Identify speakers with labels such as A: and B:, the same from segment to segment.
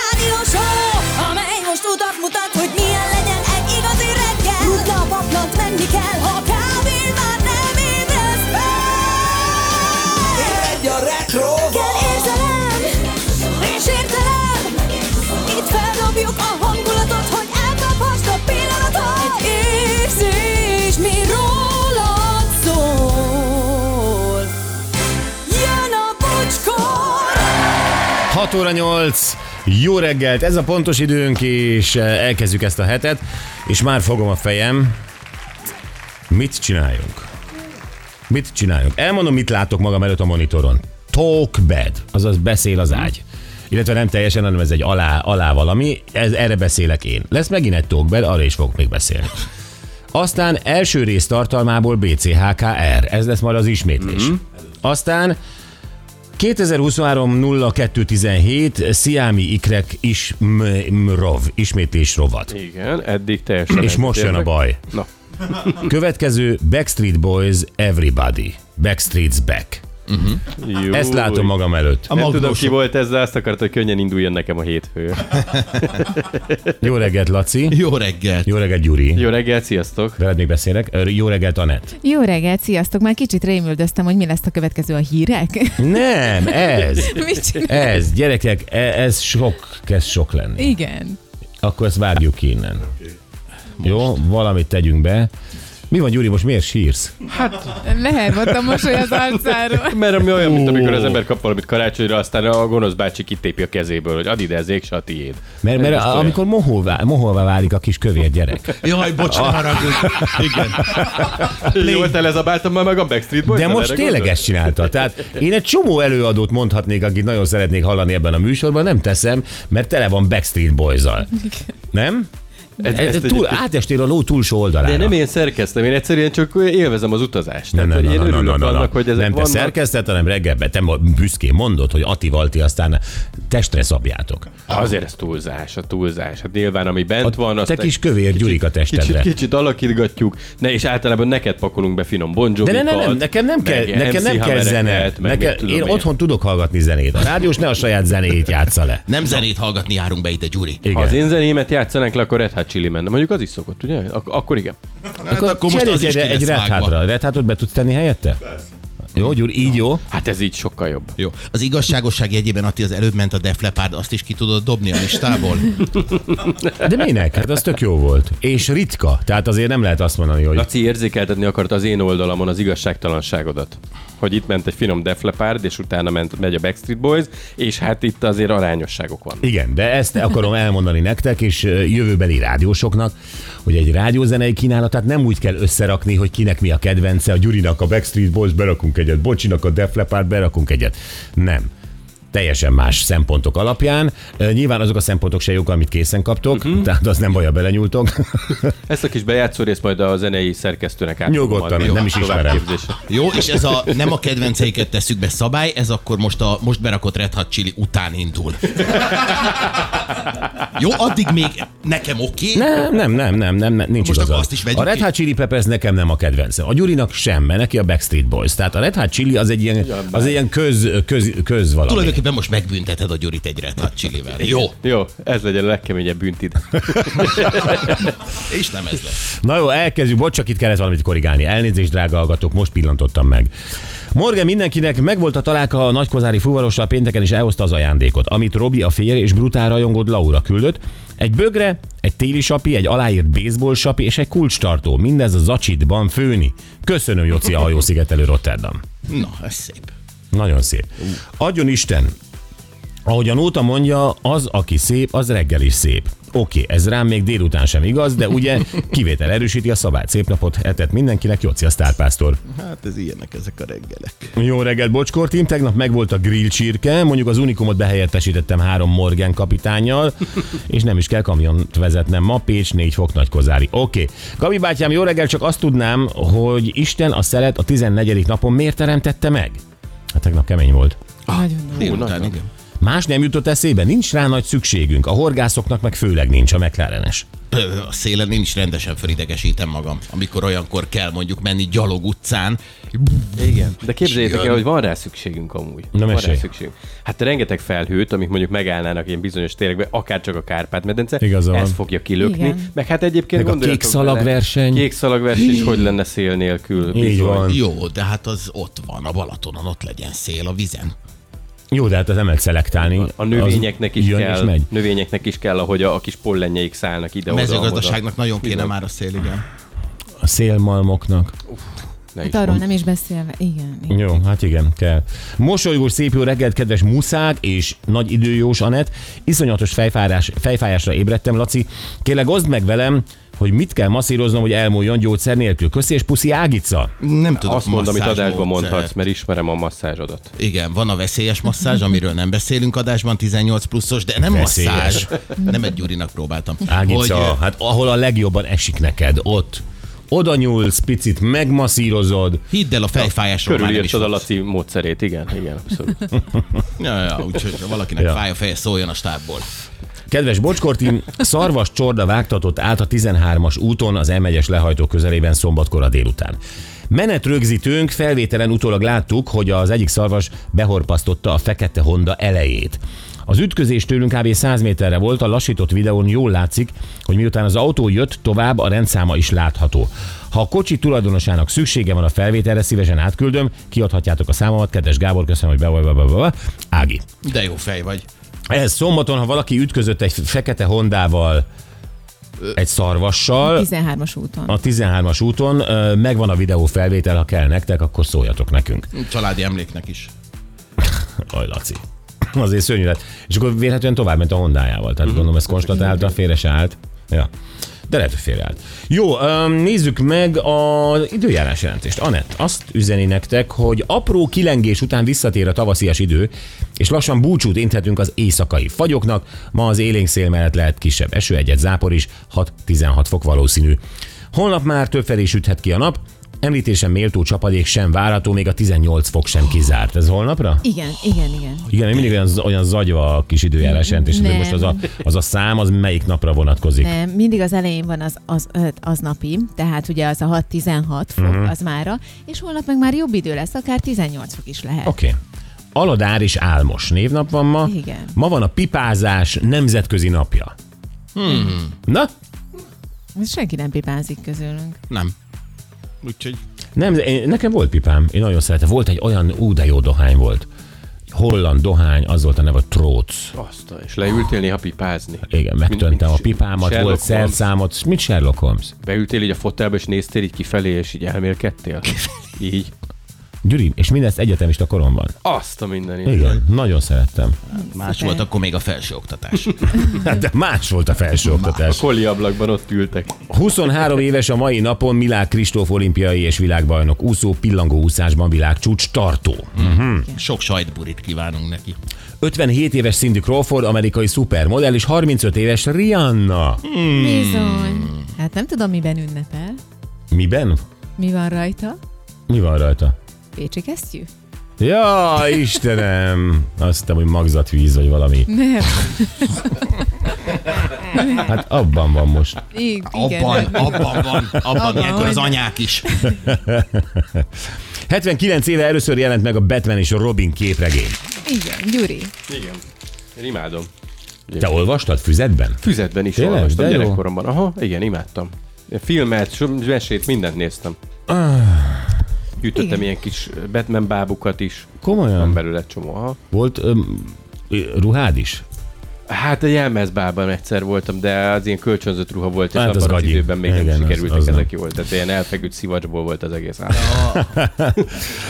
A: rádió show, amely most utat mutat, hogy milyen legyen egy igazi reggel. Rutna a paplant, menni kell, ha kávén már nem ébredsz fel.
B: Egy a retro
A: Kell érzelem, és értelem, itt feldobjuk a hangulatot, hogy elkaphast a pillanatot. Egy érzés, mi rólad szól. Jön a bocskor!
C: 6 óra 8, jó reggelt, ez a pontos időnk, és eh, elkezdjük ezt a hetet, és már fogom a fejem. Mit csináljunk? Mit csináljunk? Elmondom, mit látok magam előtt a monitoron. Talk bed, azaz beszél az ágy. Illetve nem teljesen, hanem ez egy alá, alá valami, ez, erre beszélek én. Lesz megint egy talk bed, arra is fogok még beszélni. Aztán első rész tartalmából BCHKR, ez lesz majd az ismétlés. Mm-hmm. Aztán 2023-0217 Sziámi Ikrek Ismrov, ismétlés rovat.
D: Igen, eddig teljesen.
C: És most jön a
D: egyetértek.
C: baj.
D: Na,
C: Következő Backstreet Boys Everybody. Backstreet's Back.
D: jó.
C: Ezt látom magam előtt.
D: Nem
E: Magdolsok.
D: tudom, ki volt ez, de azt akart, hogy könnyen induljon nekem a hétfő.
C: Jó reggelt, Laci.
E: Jó reggel.
C: Jó reggelt, Gyuri.
D: Jó reggel, sziasztok!
C: Veled még beszélek. Ö, Jó reggelt, Anett.
F: Jó reggelt, sziasztok! Már kicsit rémüldöztem, hogy mi lesz a következő a hírek.
C: Nem, ez.
F: Mit csinál?
C: Ez, gyerekek, e- ez sok, kezd sok lenni.
F: Igen.
C: Akkor ezt vágjuk ki innen. Jó, valamit tegyünk be. Mi van, Gyuri, most miért sírsz?
F: Lehervadt a mosoly az arcáról.
D: Mert ami olyan, mint amikor az ember kap valamit karácsonyra, aztán a gonosz bácsi kitépi a kezéből, hogy add ide, ez ég, se a tiéd.
C: Mert, mert
D: Ez olyan.
C: amikor moholvá, moholvá válik a kis kövér gyerek.
E: Jaj, bocs, ne haragudj. Igen.
D: Jól telezabáltam már meg a Backstreet Boys.
C: De most tényleg ezt csinálta. Tehát én egy csomó előadót mondhatnék, akit nagyon szeretnék hallani ebben a műsorban, nem teszem, mert tele van Backstreet boys Nem?
D: Ezt,
C: Ez,
D: ezt
C: túl,
D: túl,
C: átestél a ló túlsó oldalára.
D: de nem én szerkeztem, én egyszerűen csak élvezem az utazást.
C: nem, nem,
D: hogy én
C: nem, nem,
D: örülök
C: nem, nem,
D: annak, hogy ezek
C: nem te
D: vannak.
C: szerkeszted, hanem reggelben te ma büszkén mondod, hogy Ati Valti aztán testre szabjátok.
D: Azért ez túlzás, a túlzás. Hát nyilván, ami bent van, azt
C: Te
D: egy-
C: kis kövér Gyurik a
D: Kicsit,
C: testedre.
D: kicsit alakítgatjuk, ne, és általában neked pakolunk be finom bonjovikat.
C: De ne, ne, nem, nekem nem kell,
D: meg
C: nekem nem
D: MC
C: kell zene.
D: havereket, meg
C: Nekem,
D: mit tudom
C: én otthon tudok hallgatni zenét. A rádiós ne a saját zenéjét játsza le.
E: Nem zenét hallgatni járunk be ide, Gyuri.
D: Ha
C: Igen.
D: az én zenémet játszanak le, akkor Red Hot Chili menne. Mondjuk az is szokott, ugye? Ak- akkor igen.
E: Hát akkor most az
C: Cserélj
E: is ki
C: egy, egy
E: lesz
C: Red
E: vágva.
C: Hátra. Red Hátot be tudsz tenni helyette? Jó, Gyuri, így jó.
D: Hát ez így sokkal jobb.
E: Jó. Az igazságosság jegyében Atti az előbb ment a deflepárd, azt is ki tudod dobni a listából.
C: De minek? Hát az tök jó volt. És ritka. Tehát azért nem lehet azt mondani, hogy...
D: Laci érzékeltetni akart az én oldalamon az igazságtalanságodat. Hogy itt ment egy finom deflepárd, és utána ment, megy a Backstreet Boys, és hát itt azért arányosságok vannak.
C: Igen, de ezt akarom elmondani nektek, és ö, jövőbeli rádiósoknak, hogy egy rádiózenei kínálatát nem úgy kell összerakni, hogy kinek mi a kedvence, a Gyurinak a Backstreet Boys, berakunk egyet, Bocsinak a Def Leppard, berakunk egyet. Nem. Teljesen más szempontok alapján. Ö, Nyilván azok a szempontok se jók, amit készen kaptok,
E: Mhm.
C: uh-huh. tehát az nem baj, ha belenyúltok.
D: Ezt a kis bejátszó részt majd a zenei szerkesztőnek át.
C: Nyugodtan, nem is ismerem.
E: Jó, és ez a nem a kedvenceiket tesszük be szabály, ez akkor most a most berakott Red Hot Chili után indul. Jó, addig még nekem oké. Okay.
C: Nem, nem, nem, nem, nem, nem nincs
E: Most
C: igazad.
E: akkor azt is vegyük
C: a Red
E: ki.
C: Hot Chili Peppers nekem nem a kedvencem. A Gyurinak sem, mert neki a Backstreet Boys. Tehát a Red Hot Chili az egy ilyen, az egy ilyen köz, köz, köz valami.
E: Tulajdonképpen most megbünteted a Gyurit egy Red Hot Chilivel. Jó,
D: Jó, ez legyen a legkeményebb büntid.
E: és nem ez lesz.
C: Na jó, elkezdjük, bocs, csak itt kellett valamit korrigálni. Elnézést, drága hallgatók, most pillantottam meg. Morgan mindenkinek megvolt a találka a nagykozári fuvarossal pénteken is elhozta az ajándékot, amit Robi a férje és brutál rajongód Laura küldött. Egy bögre, egy téli sapi, egy aláírt baseball sapi és egy kulcstartó. Mindez a zacsitban főni. Köszönöm, Joci, a hajószigetelő Rotterdam.
E: Na, ez szép.
C: Nagyon szép. Adjon Isten, ahogy a nóta mondja, az, aki szép, az reggel is szép. Oké, ez rám még délután sem igaz, de ugye kivétel erősíti a szabályt. Szép napot etett mindenkinek, Jóci a sztárpásztor.
E: Hát ez ilyenek ezek a reggelek.
C: Jó reggelt, Bocskor Team. Tegnap megvolt a grill csirke, mondjuk az Unikumot behelyettesítettem három Morgan kapitányjal, és nem is kell kamiont vezetnem ma, Pécs, négy fok nagykozári. Oké. Okay. Gabi bátyám, jó reggel, csak azt tudnám, hogy Isten a szelet a 14. napon miért teremtette meg? Hát tegnap kemény volt.
F: Nagyon jó.
E: Délután, igen.
C: Más nem jutott eszébe, nincs rá nagy szükségünk, a horgászoknak meg főleg nincs a McLarenes.
E: Pö, A szélen én is rendesen fölidegesítem magam, amikor olyankor kell mondjuk menni gyalog utcán.
D: Igen. De képzeljétek
E: Jön.
D: el, hogy van rá szükségünk amúgy.
C: Na,
D: van rá
C: mesélj.
D: szükségünk. Hát rengeteg felhőt, amik mondjuk megállnának ilyen bizonyos térekben, akár csak a Kárpát-medence,
C: Igaza van.
D: ez fogja kilökni.
F: Igen.
D: Meg hát egyébként
C: Meg a
D: gondoljatok
C: kék szalagverseny.
D: Bele, kék szalagverseny, és hogy lenne szél nélkül.
C: Így
D: Bizony.
C: van.
E: Jó, de hát az ott van, a Balatonon ott legyen szél a vizen.
C: Jó, de hát az nem lehet szelektálni.
D: A növényeknek
C: Az
D: is
C: jön És
D: kell,
C: megy.
D: növényeknek is kell, ahogy a, a kis pollenjeik szállnak ide
E: A
D: oda,
E: mezőgazdaságnak nagyon kéne már a szél, igen.
C: A szélmalmoknak.
D: oda. Ne is
F: Hát arról
D: mondd.
F: nem is beszélve. Igen. igen.
C: Jó, hát igen, kell. Mosolygós szép jó reggelt, kedves muszág és nagy időjós Anett. Iszonyatos fejfárás, fejfájásra ébredtem, Laci. Kérlek, oszd meg velem, hogy mit kell masszíroznom, hogy elmúljon gyógyszer nélkül. Köszi és puszi Ágica.
E: Nem tudok
D: Azt mondom, amit
E: masszázs
D: adásban
E: módszert.
D: mondhatsz, mert ismerem a masszázsodat.
E: Igen, van a veszélyes masszázs, amiről nem beszélünk adásban, 18 pluszos, de nem
C: Veszélyes.
E: masszázs. Nem egy Gyurinak próbáltam.
C: Ágica,
E: Hogy, eh,
C: hát ahol a legjobban esik neked, ott. Oda nyúlsz, picit megmasszírozod.
E: Hidd el, a fejfájásról már nem is
D: Körülírtad a
E: van.
D: Laci módszerét, igen, igen, abszolút.
E: Ja, ja, úgyhogy ha valakinek
C: Ja.
E: ja. fáj a feje, szóljon a stábból.
C: Kedves Bocskortin, szarvas csorda vágtatott át a 13-as úton az M1-es lehajtó közelében szombatkora délután. Menetrögzítőnk felvételen utólag láttuk, hogy az egyik szarvas behorpasztotta a fekete Honda elejét. Az ütközés tőlünk kb. 100 méterre volt, a lassított videón jól látszik, hogy miután az autó jött, tovább a rendszáma is látható. Ha a kocsi tulajdonosának szüksége van a felvételre, szívesen átküldöm, kiadhatjátok a számomat, kedves Gábor, köszönöm, hogy be- be- be- be- be- Ági.
E: De jó fej vagy.
C: Ez szombaton, ha valaki ütközött egy fekete hondával, egy szarvassal,
F: 13-as úton.
C: a 13-as úton, ö, megvan a videó felvétel, ha kell nektek, akkor szóljatok nekünk.
E: Családi emléknek is.
C: Aj, Laci. Azért szörnyű lett. És akkor véletlenül tovább ment a hondájával. Tehát gondolom, ezt konstatálta, félre se állt. Ja. De lehet, hogy félre állt. Jó, öm, nézzük meg az időjárás jelentést. Anett, azt üzeni nektek, hogy apró kilengés után visszatér a tavaszias idő, és lassan búcsút inthetünk az éjszakai fagyoknak. Ma az élénk szél mellett lehet kisebb eső, egyet zápor is, 6-16 fok valószínű. Holnap már többfelé süthet ki a nap, Említésen méltó csapadék sem várható, még a 18 fok sem kizárt. Ez holnapra?
F: Igen, igen, igen.
C: Igen, még mindig olyan, olyan zagyva a kis időjárás jelentés, hogy
F: Nem.
C: most az a, az a szám, az melyik napra vonatkozik.
F: Nem, mindig az elején van az, az, az, az napi, tehát ugye az a 6-16 fok uh-huh. az mára, és holnap meg már jobb idő lesz, akár 18 fok is lehet.
C: Oké. Okay. Aladár és Álmos névnap van ma.
F: Igen.
C: Ma van a pipázás nemzetközi napja. Hmm. Na,
F: Senki nem pipázik közülünk.
E: Nem. Úgyhogy
C: nem, én, nekem volt pipám, én nagyon szeretem. Volt egy olyan, ú, de jó dohány volt. Holland dohány, az volt a neve Tróc.
D: Azt, és leültél néha pipázni.
C: Igen, megtöntem a pipámat,
D: Sherlock
C: volt
D: Holmes.
C: szerszámot. Mit Sherlock Holmes?
D: Beültél így a fotelbe, és néztél így kifelé, és így elmélkedtél? Így.
C: Gyuri, és mindezt egyetemista koromban.
D: Azt a mindenit.
C: Igen, nagyon szerettem.
E: más volt akkor még a felsőoktatás.
C: Hát de más volt a felsőoktatás.
D: Koli ablakban ott ültek.
C: 23 éves a mai napon Milák Kristóf olimpiai és világbajnok úszó pillangóúszásban világcsúcs tartó.
E: Sok sajtburit kívánunk neki.
C: 57 éves Cindy Crawford, amerikai szupermodell, és 35 éves Rihanna.
F: Hmm. Bizony. Hát nem tudom, miben ünnepel.
C: Miben?
F: Mi van rajta?
C: Mi van rajta?
F: Pécsi kesztyű?
C: Ja, Istenem! Azt hittem, hogy magzatvíz vagy valami.
F: Nem.
C: Hát abban van most.
F: I- igen.
E: Abban,
F: nem.
E: abban van, abban
F: Abban
E: ilyenkor
F: van.
E: az anyák is.
C: 79 éve először jelent meg a Batman és a Robin képregény.
F: Igen, Gyuri.
D: Igen. Én imádom.
C: Te olvastad füzetben?
D: Füzetben is
C: Tényleg?
D: olvastam
C: De jó.
D: gyerekkoromban. Aha, igen, imádtam. Filmet, so- mesét, mindent néztem.
C: Ah.
D: Gyűjtöttem
F: Igen.
D: ilyen kis Batman bábukat is. Van
C: Komolyan?
D: belőle egy csomó. Aha.
C: Volt öm, ö, ruhád is?
D: Hát egy elmezbában egyszer voltam, de az ilyen kölcsönzött ruha volt, és
C: Hát
D: hát
C: az
D: abban az,
C: gagyi.
D: időben még
C: Igen, az-
D: nem sikerültek
C: az nem. Ah.
D: ezek jól. Tehát ilyen elfeküdt szivacsból volt az egész állat.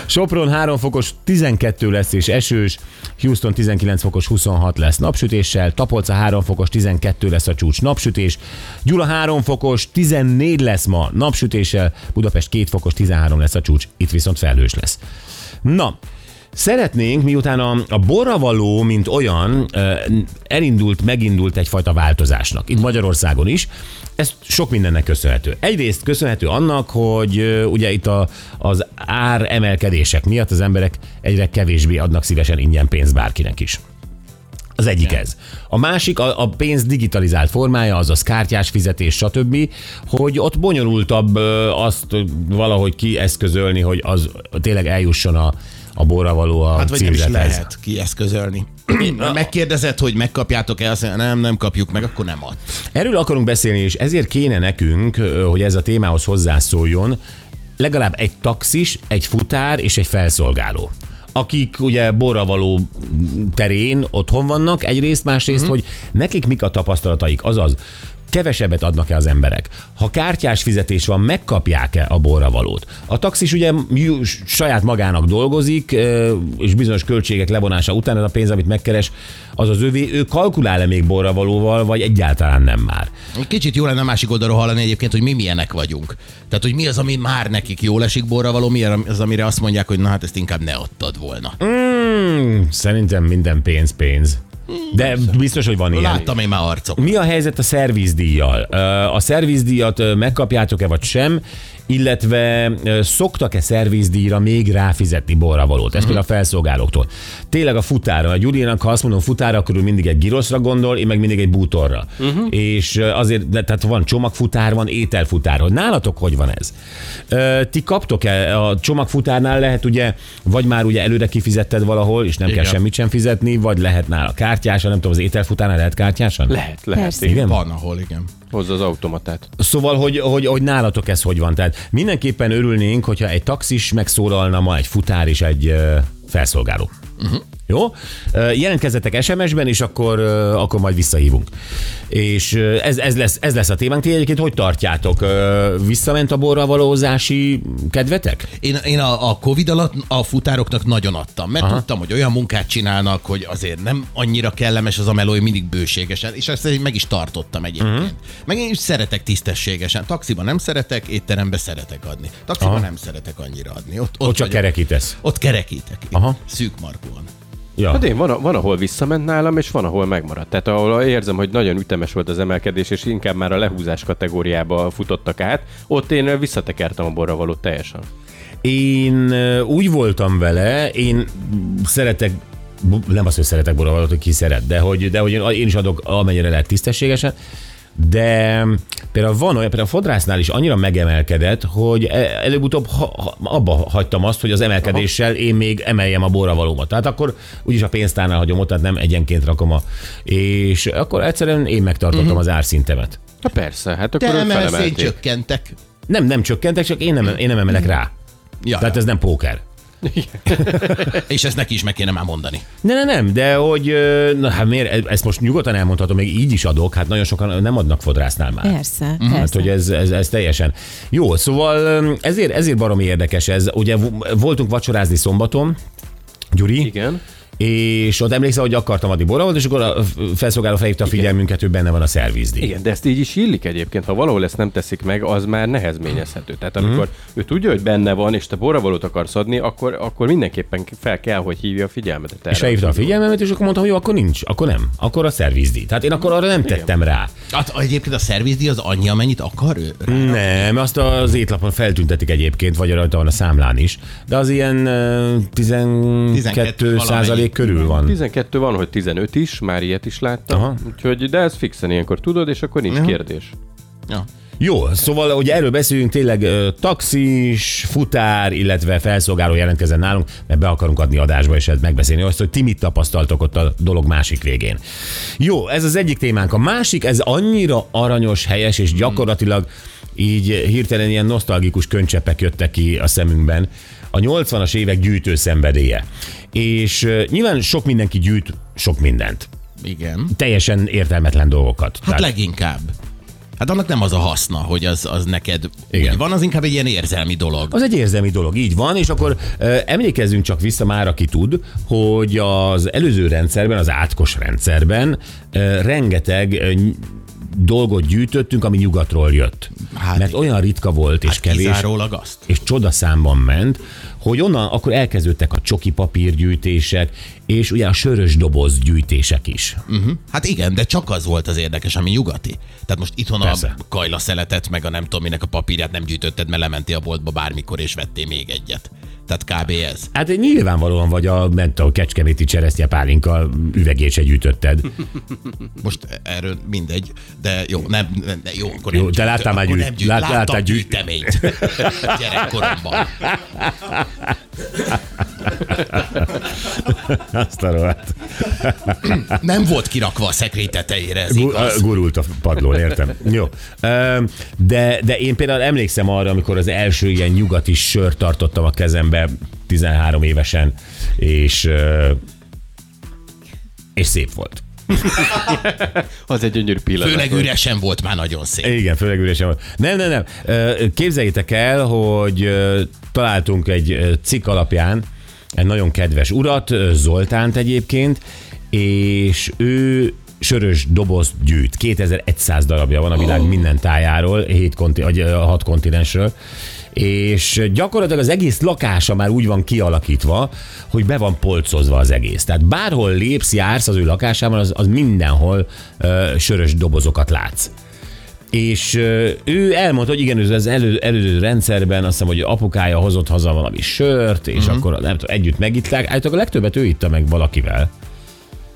C: Sopron 3 fokos 12 lesz és esős, Houston 19 fokos 26 lesz napsütéssel, Tapolca 3 fokos 12 lesz a csúcs napsütés, Gyula 3 fokos 14 lesz ma napsütéssel, Budapest 2 fokos 13 lesz a csúcs, itt viszont felhős lesz. Na, Szeretnénk, miután a, a borravaló, mint olyan, ö, elindult, megindult egyfajta változásnak. Itt Magyarországon is. Ez sok mindennek köszönhető. Egyrészt köszönhető annak, hogy ö, ugye itt a, az áremelkedések miatt az emberek egyre kevésbé adnak szívesen ingyen pénzt bárkinek is. Az egyik ez. A másik a, a pénz digitalizált formája, azaz kártyás fizetés, stb., hogy ott bonyolultabb ö, azt valahogy kieszközölni, hogy az tényleg eljusson a, a borra való a
E: Hát vagy nem is
C: címzethez.
E: lehet kieszközölni. Megkérdezed, hogy megkapjátok-e, azt mondja, nem, nem kapjuk meg, akkor nem ad.
C: Erről akarunk beszélni, és ezért kéne nekünk, ö, hogy ez a témához hozzászóljon, legalább egy taxis, egy futár és egy felszolgáló akik ugye borravaló terén otthon vannak, egyrészt, másrészt,
E: Mhm.
C: hogy nekik mik a tapasztalataik, azaz kevesebbet adnak-e az emberek. Ha kártyás fizetés van, megkapják-e a borravalót? A taxis ugye ju- saját magának dolgozik, ö, és bizonyos költségek levonása után ez a pénz, amit megkeres, az az övé, ő kalkulál-e még borravalóval, vagy egyáltalán nem már?
E: Kicsit jó lenne a másik oldalról hallani egyébként, hogy mi milyenek vagyunk. Tehát, hogy mi az, ami már nekik jól esik borra való, mi az, amire azt mondják, hogy na hát ezt inkább ne adtad volna.
C: Hmm, szerintem minden pénz pénz. De biztos, hogy van ilyen.
E: Láttam én már arcok.
C: Mi a helyzet a szervizdíjjal? Ö, A szervizdíjat ö, megkapjátok-e vagy sem, illetve ö, szoktak-e szervizdíjra még ráfizetni borravalót? Ez például a felszolgálóktól. Tényleg a futára. A Gyurinak, ha azt mondom futára, akkor ő mindig egy giroszra gondol, én meg mindig egy bútorra. Uh-huh. És ö, azért, de, tehát van csomagfutár, van ételfutár. Hogy nálatok hogy van ez? Ö, Ti kaptok-e a csomagfutárnál lehet ugye, vagy már ugye előre kifizetted valahol, és nem Igen. kell
E: Igen.
C: semmit sem fizetni, vagy lehet nála kártyásan, nem tudom, az ételfutárnál lehet kártyásan?
D: Lehet, lehet.
F: Persze.
D: Igen.
C: Igen?
E: Van, ahol igen.
D: Hozza az automatát.
C: Szóval, hogy, hogy, hogy nálatok ez hogy van? Tehát mindenképpen örülnénk, hogyha egy taxis megszólalna ma, egy futár és egy ö, felszolgáló. Uh-huh. Jó? Ö, Jelentkezzetek SMS-ben, és akkor, ö, akkor majd visszahívunk. És ö, ez, ez, lesz, ez lesz a témánk. Ti egyébként hogy tartjátok? Ö, Visszament a borra valózási kedvetek?
E: Én, én a, a Covid alatt a futároknak nagyon adtam, mert Aha. tudtam, hogy olyan munkát csinálnak, hogy azért nem annyira kellemes az a meló, hogy mindig bőségesen, és ezt én meg is tartottam egyébként. Uh-huh. Meg én is szeretek tisztességesen. Taxiban nem szeretek, étterembe szeretek adni. Taxiban Aha. nem szeretek annyira adni. Ott, ott,
C: Hogy csak
E: vagyok.
C: kerekítesz.
E: Ott kerekítek.
C: Aha.
E: Aha. Szűk markúan.
C: Ja.
D: Hát én van, van, ahol visszament nálam, és van, ahol megmaradt. Tehát ahol érzem, hogy nagyon ütemes volt az emelkedés, és inkább már a lehúzás kategóriába futottak át, ott én visszatekertem a borra valót teljesen.
C: Én ö, úgy voltam vele, én szeretek bu- nem azt, hogy szeretek borravalót, hogy ki szeret, de hogy, de hogy én, én is adok amennyire lehet tisztességesen, de mm, például van olyan, például a fodrásznál is annyira megemelkedett, hogy e- előbb-utóbb ha, ha, abba hagytam azt, hogy az emelkedéssel én még emeljem a borravalómat. Tehát akkor úgyis a pénztárnál hagyom ott, tehát nem egyenként rakom a... És akkor egyszerűen én megtartottam
E: Mhm.
C: uh-huh. az árszintemet.
D: Na persze, hát
E: Te
D: akkor ők
E: emelsz, én
D: felemelték.
E: csökkentek.
C: Nem, nem csökkentek, csak én nem, én nem emelek rá.
E: Ja,
C: Tehát ez nem póker.
E: és ezt neki is meg kéne már mondani.
C: Ne, ne, nem, de hogy, ö, na hát miért, E- ezt most nyugodtan elmondhatom, még így is adok, hát nagyon sokan nem adnak fodrásznál már.
F: Persze, persze.
C: Hát, hogy ez, ez, ez teljesen. Jó, szóval ö, ezért, ezért baromi érdekes ez. Ugye v- voltunk vacsorázni szombaton, Gyuri,
D: Igen.
C: és ott emlékszel, hogy akartam adni boravot, és akkor a felszolgáló felhívta a figyelmünket, hogy benne van a szervizdi.
D: Igen, de ezt így is illik egyébként. Ha valahol ezt nem teszik meg, az már nehezményezhető. Tehát amikor ő tudja, hogy benne van, és te borravalót akarsz adni, akkor, akkor mindenképpen fel kell, hogy hívja a figyelmedet erre.
C: És felhívta a figyelmemet, és akkor mondtam, hogy jó, akkor nincs, akkor nem, akkor a szervizdi. Tehát én akkor arra nem tettem rá.
E: Hát egyébként a szervizdíj az annyi, amennyit akar ő?
C: Nem, azt az étlapon feltüntetik egyébként, vagy rajta van a számlán is, de az ilyen ö, 12,
E: 12
C: százalék
E: valamennyi.
C: körül van.
D: 12 van, hogy 15 is, már ilyet is láttam.
C: Aha.
D: Aha. Úgyhogy, de ez fixen ilyenkor tudod, és akkor nincs Aha. kérdés.
E: Ja.
C: Jó, szóval ugye erről beszélünk tényleg ö, taxis, futár, illetve felszolgáló jelentkezzen nálunk, mert be akarunk adni adásba, és ezt megbeszélni azt, hogy ti mit tapasztaltok ott a dolog másik végén. Jó, ez az egyik témánk. A másik, ez annyira aranyos, helyes, és gyakorlatilag így hirtelen ilyen nosztalgikus könycsepek jöttek ki a szemünkben. A 80-as évek gyűjtő szenvedélye. És ö, nyilván sok mindenki gyűjt sok mindent.
E: Igen.
C: Teljesen értelmetlen dolgokat.
E: Hát leginkább. Hát annak nem az a haszna, hogy az, az neked
C: Igen.
E: Igen. van, az inkább egy ilyen érzelmi dolog.
C: Az egy érzelmi dolog, így van, és akkor ö, emlékezzünk csak vissza már, aki tud, hogy az előző rendszerben, az átkos rendszerben ö, rengeteg ö, ny- dolgot gyűjtöttünk, ami nyugatról jött. Hát,
E: Hát
C: Mert
E: igen.
C: olyan ritka volt és hát kevés,
E: Kizárólag azt.
C: és csodaszámban ment, hogy onnan akkor elkezdődtek a csoki papírgyűjtések, és ugye a sörös doboz gyűjtések is.
E: Hát igen, de csak az volt az érdekes, ami nyugati. Tehát most itthon
C: Persze.
E: Persze. a kajla szeletet, meg a nem tudom minek a papírját nem gyűjtötted, mert lementél a boltba bármikor, és vettél még egyet. Tehát kb. ez.
C: Hát nyilvánvalóan vagy a, nem tudom, kecskeméti cseresznye pálinkkal üvegét se gyűjtötted.
E: Most erről mindegy, de jó, nem, nem de jó, akkor
C: Jó,
E: nem
C: te láttál már
E: akkor
C: gyűjt-
E: nem gyűjt,
C: lát-
E: láttam
C: láttál gyűjt-
E: gyűjteményt gyerekkoromban.
C: Azt a rohadt.
E: Nem volt kirakva a szekrény tetejére, ez
C: Gu-
E: igaz.
C: a- Gurult a padlón, értem. Jó. Ö, De, de én például emlékszem arra, amikor az első ilyen nyugati sört tartottam a kezembe 13 évesen, és, ö, és szép volt.
D: Az egy gyönyörű pillanat.
E: Főleg üresen volt már nagyon szép.
C: Igen, főleg üresen volt. Nem, nem, nem. Ö, Képzeljétek el, hogy ö, találtunk egy ö, cikk alapján egy nagyon kedves urat, ö, Zoltánt egyébként, és ő sörös doboz gyűjt. 2100 darabja van a világ minden tájáról, 7 konti, vagy 6 kontinensről, és gyakorlatilag az egész lakása már úgy van kialakítva, hogy be van polcozva az egész. Tehát bárhol lépsz, jársz az ő lakásában, az, az mindenhol ö, sörös dobozokat látsz és ö, ő elmondta, hogy igen, ez az elő, előző rendszerben azt hiszem, hogy apukája hozott haza valami sört, és uh-huh. akkor nem tudom, együtt megitták. Állítólag a legtöbbet ő itta meg valakivel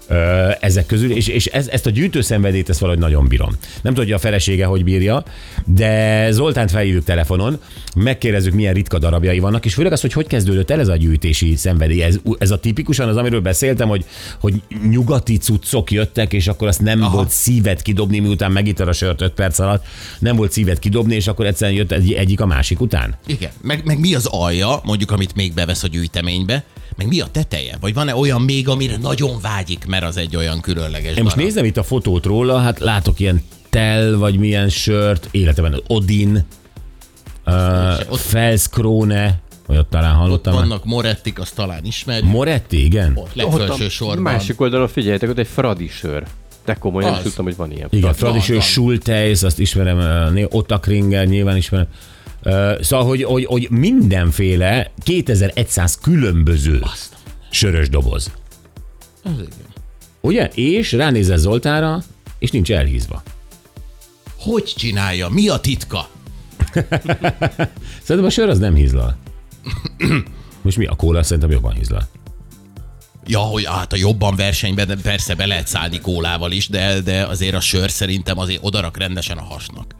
C: ö, ezek közül, és, és ez, ezt a gyűjtőszenvedét ezt valahogy nagyon bírom. Nem tudja a felesége, hogy bírja, de Zoltánt felhívjuk telefonon, megkérdezzük, milyen ritka darabjai vannak, és főleg az, hogy hogy kezdődött el ez a gyűjtési szenvedély. Ez, ez a tipikusan az, amiről beszéltem, hogy, hogy nyugati cuccok jöttek, és akkor azt nem Aha. volt szíved kidobni, miután megittad a sört 5 perc alatt, nem volt szíved kidobni, és akkor egyszerűen jött egy, egyik a másik után.
E: Igen, meg, meg mi az alja, mondjuk, amit még bevesz a gyűjteménybe, meg mi a teteje? Vagy van-e olyan még, amire nagyon vágyik, mert az egy olyan különleges
C: Én most
E: darab?
C: nézem itt a fotót róla, hát látok ilyen tel, vagy milyen sört, életemben Odin,
E: Ott-
C: Felskróne, vagy ott talán
E: Ott
C: hallottam. már.
E: vannak Morettik, azt talán ismerjük.
C: Moretti, igen?
E: Ott
D: Ott
E: legfelső
D: a
E: sorban.
D: másik oldalon figyeljetek, ott egy fradi sör. De komolyan
E: Az.
D: nem tudtam, hogy van ilyen.
C: Igen,
E: van,
C: Fradiső,
E: van.
C: Schulteis, azt ismerem, ö, né- Otta Kringer, nyilván ismerem. Ö, Szóval, hogy, hogy, hogy mindenféle 2100 különböző sörös doboz.
E: Az igen.
C: Ugye? És ránézel Zoltára, és nincs elhízva.
E: Hogy csinálja? Mi a titka?
C: Szerintem a sör az nem hízlal. Most mi? A kóla szerintem jobban hízlal.
E: Ja, hogy hát a jobban versenyben de persze be lehet szállni kólával is, de, de azért a sör szerintem azért odarak rendesen a hasnak.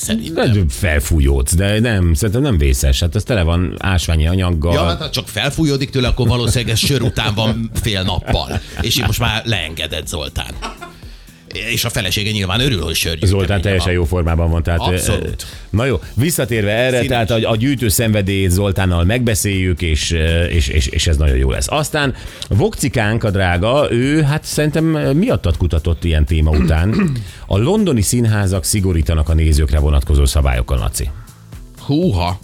E: Szerintem.
C: De felfújódsz, de nem, szerintem nem vészes. Hát ez tele van ásványi anyaggal.
E: Ja, hát ha csak felfújódik tőle, akkor valószínűleg ez sör után van fél nappal. És én most már leengedett Zoltán. És a felesége nyilván örül, hogy sör.
C: Zoltán teljesen jó formában van. Tehát,
E: Abszolút.
C: eh, Na jó, visszatérve erre, Színes. tehát a, a gyűjtő szenvedélyét Zoltánnal megbeszéljük, és, eh, és, és, és ez nagyon jó lesz. Aztán Vokcikánk a drága, ő hát szerintem eh, miattat kutatott ilyen téma után. A londoni színházak szigorítanak a nézőkre vonatkozó szabályokon, Laci.
E: Húha.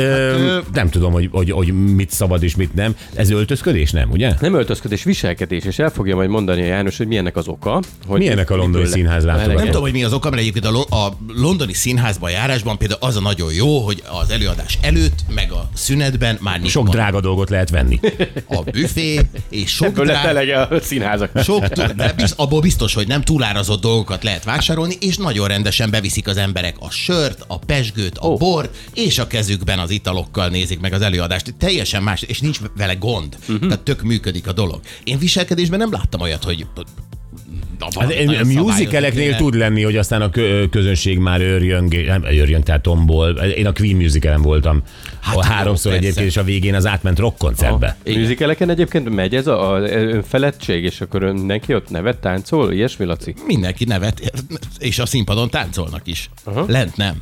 C: Ö, nem tudom, hogy, hogy, hogy mit szabad és mit nem. Ez öltözködés, nem, ugye?
D: Nem öltözködés, viselkedés, és el fogja majd mondani a János, hogy milyennek az oka. Hogy
C: Milyenek a londoni
D: mitől le-
C: színház
E: Nem
C: látogatások?
E: tudom, hogy mi az oka, mert egyébként a, lo- a londoni színházban járásban például az a nagyon jó, hogy az előadás előtt, meg a szünetben már nyitva
C: Sok drága dolgot lehet venni.
E: a büfé, és sok
D: Ebből lett
E: drága
D: elege a színházak.
E: Sok, túl- de biz, abból biztos, hogy nem túlárazott dolgokat lehet vásárolni, és nagyon rendesen beviszik az emberek a sört, a pesgőt, a oh. bort, és a kezükben az italokkal nézik meg az előadást. Teljesen más, és nincs vele gond. Uh-huh. Tehát tök működik a dolog. Én viselkedésben nem láttam olyat, hogy... Na,
C: Hát,
E: valamit
C: a
E: nagyon
C: musicaleknél
E: szabályozni
C: tud lenni, hogy aztán a kö- közönség már őrjön, nem őrjön, tehát tombol. Én a Queen musicalen voltam hát, a
E: jó,
C: háromszor
E: persze.
C: egyébként, és a végén az átment rockkoncertbe.
D: Műzikeleken egyébként megy ez a, a önfeledtség, és akkor mindenki ott nevet, táncol, ilyesmi, Laci?
E: Mindenki nevet, és a színpadon táncolnak is. Uh-huh. Lent nem.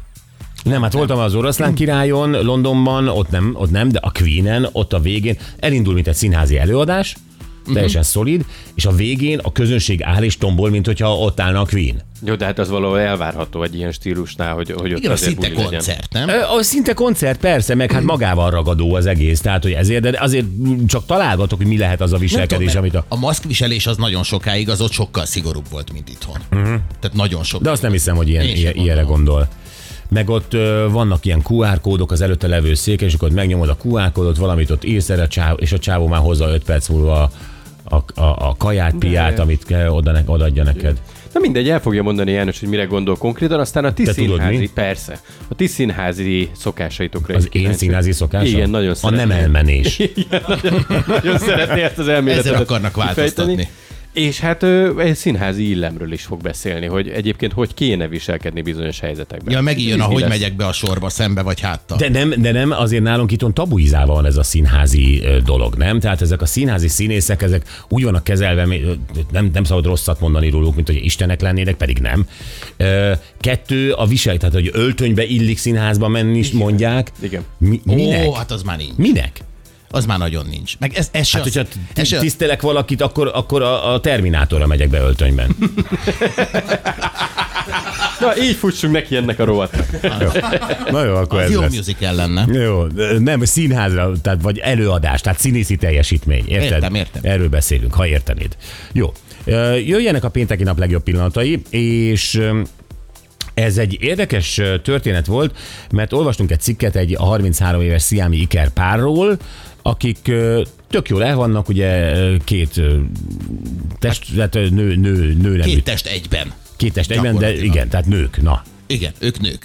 C: Nem, hát voltam az Oroszlán királyon, Londonban, ott nem, ott nem, de a Queenen, ott a végén elindul, mint egy színházi előadás, teljesen szolid, és a végén a közönség áll és tombol, mint hogyha ott állna a Queen.
D: Jó, de hát az valahol elvárható egy ilyen stílusnál, hogy, hogy ott
E: Igen, a
D: azért
E: szinte
D: buli legyen.
E: koncert, nem?
C: Ö, A szinte koncert, persze, meg hát magával ragadó az egész, tehát hogy ezért, de azért csak találgatok, hogy mi lehet az a
E: Nem tudom,
C: viselkedés,
E: mert
C: amit a...
E: a maszkviselés az nagyon sokáig, az ott sokkal szigorúbb volt, mint itthon. Uh-huh. Tehát nagyon sok.
C: De azt nem hiszem, hogy ilyen,
E: Én sem
C: ilyen, ilyenre gondol. Meg ott ö, vannak ilyen QR kódok az előtte levő széken, és akkor ott megnyomod a QR kódot, valamit ott írsz erre, a csáv- és a csávó már hozza 5 perc múlva a, a, a, a kaját, piát, amit kell, oda ne, odaadja neked.
D: Na mindegy, el fogja mondani János, hogy mire gondol konkrétan, aztán a ti
C: Te tudod,
D: színházi,
C: mi?
D: persze, a ti színházi szokásaitokra
C: Az
D: is
C: én
D: kíváncsi.
C: színházi szokásom?
D: Igen, nagyon
C: A nem elmenés.
D: Nagyon szeretné ezt az elméletet
E: Ezzel akarnak változtatni.
D: És hát ő egy színházi illemről is fog beszélni, hogy egyébként hogy kéne viselkedni bizonyos helyzetekben.
E: Ja, megint jön,
D: Ez
E: ahogy
D: lesz.
E: megyek be a sorba, szembe vagy háttal.
C: De nem, de nem, azért nálunk itthon tabuizálva van ez a színházi ö, dolog, nem? Tehát ezek a színházi színészek, ezek úgy vannak kezelve, mi- ö, nem, nem szabad rosszat mondani róluk, mint hogy istenek lennének, pedig nem. Ö, Kettő, a viselés, tehát hogy öltönybe illik színházba menni is mondják.
D: Igen.
C: Mi, minek?
E: Ó,
C: Oh,
E: hát az már nincs.
C: minek?
E: Az már nagyon nincs. Meg ez, ez se
C: Hát,
E: az-
C: hogyha
E: ez se-
C: ti- tisztelek valakit, akkor, akkor a, a Terminátorra megyek be öltönyben.
D: Na, így fussunk neki ennek a rovatnak.
C: Na jó, akkor
E: az
C: ez
E: jó
C: lesz.
E: musical lenne.
C: Jó, de nem, színházra, tehát vagy előadás, tehát színészi teljesítmény. Érted?
E: Értem, értem.
C: Erről beszélünk, ha értenéd. Jó. Ö, Jöjjenek a pénteki nap legjobb pillanatai, és öm, ez egy érdekes ö, történet volt, mert olvastunk egy cikket egy 33 éves sziámi iker párról, akik ö, tök jól el vannak, ugye ö, két ö, test, tehát ö, nő, nő, nő nem
E: Hát, Két test egyben.
C: két test egyben, de
E: gyakorlatilag.
C: igen, tehát nők, na,
E: Igen, ők nők.